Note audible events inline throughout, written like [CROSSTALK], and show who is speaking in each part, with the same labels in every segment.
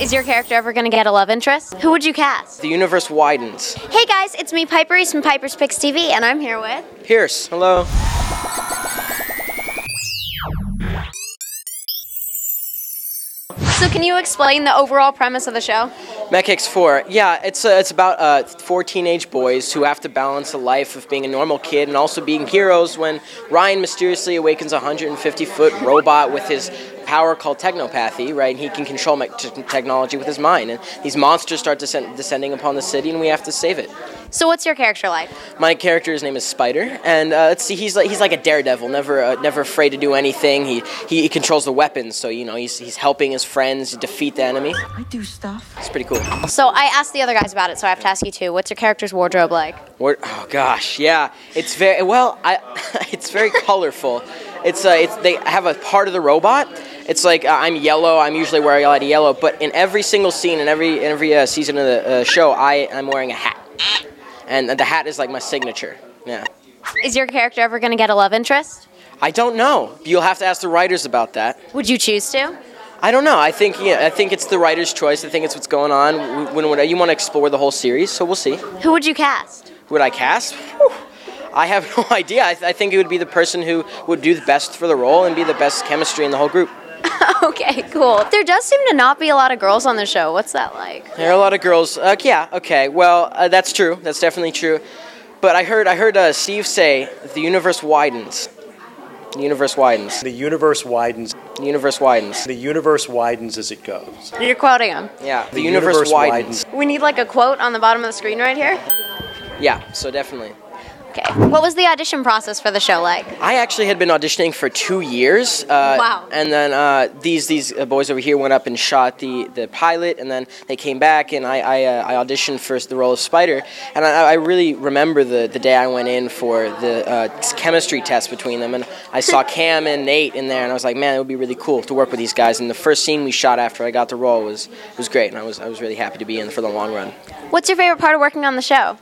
Speaker 1: Is your character ever going to get a love interest? Who would you cast?
Speaker 2: The universe widens.
Speaker 1: Hey guys, it's me, Piper East from Piper's Picks TV, and I'm here with.
Speaker 2: Pierce, hello.
Speaker 1: So, can you explain the overall premise of the show?
Speaker 2: Mechix 4. Yeah, it's uh, it's about uh, four teenage boys who have to balance the life of being a normal kid and also being heroes when Ryan mysteriously awakens a 150 foot robot with his power called technopathy, right? And he can control me- t- technology with his mind. And these monsters start descend- descending upon the city and we have to save it.
Speaker 1: So, what's your character like?
Speaker 2: My character's name is Spider, and uh, let's see, he's like he's like a daredevil, never uh, never afraid to do anything. He, he he controls the weapons, so you know he's he's helping his friends defeat the enemy.
Speaker 3: I do stuff.
Speaker 2: It's pretty cool.
Speaker 1: So, I asked the other guys about it, so I have to ask you too. What's your character's wardrobe like?
Speaker 2: Word, oh gosh, yeah, it's very well. I, [LAUGHS] it's very colorful. It's uh, it's they have a part of the robot. It's like uh, I'm yellow. I'm usually wearing a lot of yellow, but in every single scene in every in every uh, season of the uh, show, I am wearing a hat, and the hat is like my signature. Yeah,
Speaker 1: Is your character ever going to get a love interest?
Speaker 2: I don't know. You'll have to ask the writers about that.
Speaker 1: Would you choose to?
Speaker 2: I don't know. I think yeah, I think it's the writer's choice. I think it's what's going on. When, when you want to explore the whole series, so we'll see.
Speaker 1: Who would you cast? [LAUGHS]
Speaker 2: Who would I cast? Whew. I have [LAUGHS] no idea. I, th- I think it would be the person who would do the best for the role and be the best chemistry in the whole group.
Speaker 1: Okay, cool. There does seem to not be a lot of girls on the show. What's that like?
Speaker 2: There are a lot of girls. Uh, yeah, okay. Well, uh, that's true. That's definitely true. But I heard I heard uh, Steve say the universe widens. The universe widens.
Speaker 4: The universe widens.
Speaker 2: The universe widens.
Speaker 4: The universe widens as it goes.
Speaker 1: You're quoting him.
Speaker 2: Yeah, the, universe, widens.
Speaker 1: We need like a quote on the bottom of the screen right here.
Speaker 2: Yeah, so definitely.
Speaker 1: Okay. What was the audition process for the show like?
Speaker 2: I actually had been auditioning for two years. Uh,
Speaker 1: Wow.
Speaker 2: And then uh, these these uh, boys over here went up and shot the, the pilot, and then they came back, and I I, uh, I auditioned for the role of Spider, and I, I really remember the, the day I went in for the uh, chemistry test between them, and I saw Cam and Nate in there, and I was like, man, it would be really cool to work with these guys. And the first scene we shot after I got the role was was great, and I was I was really happy to be in for the long run.
Speaker 1: What's your favorite part of working on the show?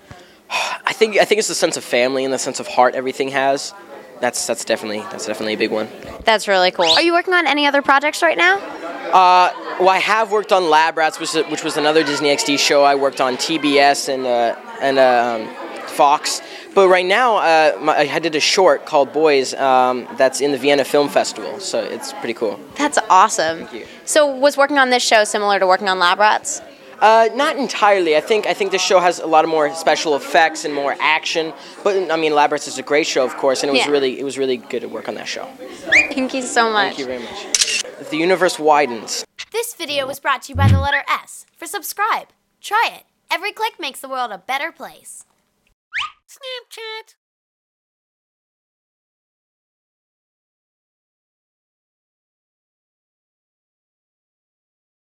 Speaker 2: I think I think it's the sense of family and the sense of heart everything has. That's that's definitely that's definitely a big one.
Speaker 1: That's really cool. Are you working on any other projects right now?
Speaker 2: Well, I have worked on Lab Rats, which, which was another Disney XD show. I worked on TBS and uh, and uh, um, Fox. But right now, uh, my, I did a short called Boys um, that's in the Vienna Film Festival, so it's pretty cool.
Speaker 1: That's awesome.
Speaker 2: Thank you.
Speaker 1: So, was working on this show similar to working on Lab Rats?
Speaker 2: Uh, not entirely. I think I think this show has a lot of more special effects and more action. But I mean, Lab Rats is a great show, of course, and it was
Speaker 1: Yeah.
Speaker 2: really it was really good to work on that show.
Speaker 1: Thank you so much.
Speaker 2: Thank you very much. The universe widens.
Speaker 5: This video was brought to you by the letter S for subscribe. Try it. Every click makes the world a better place. Snapchat.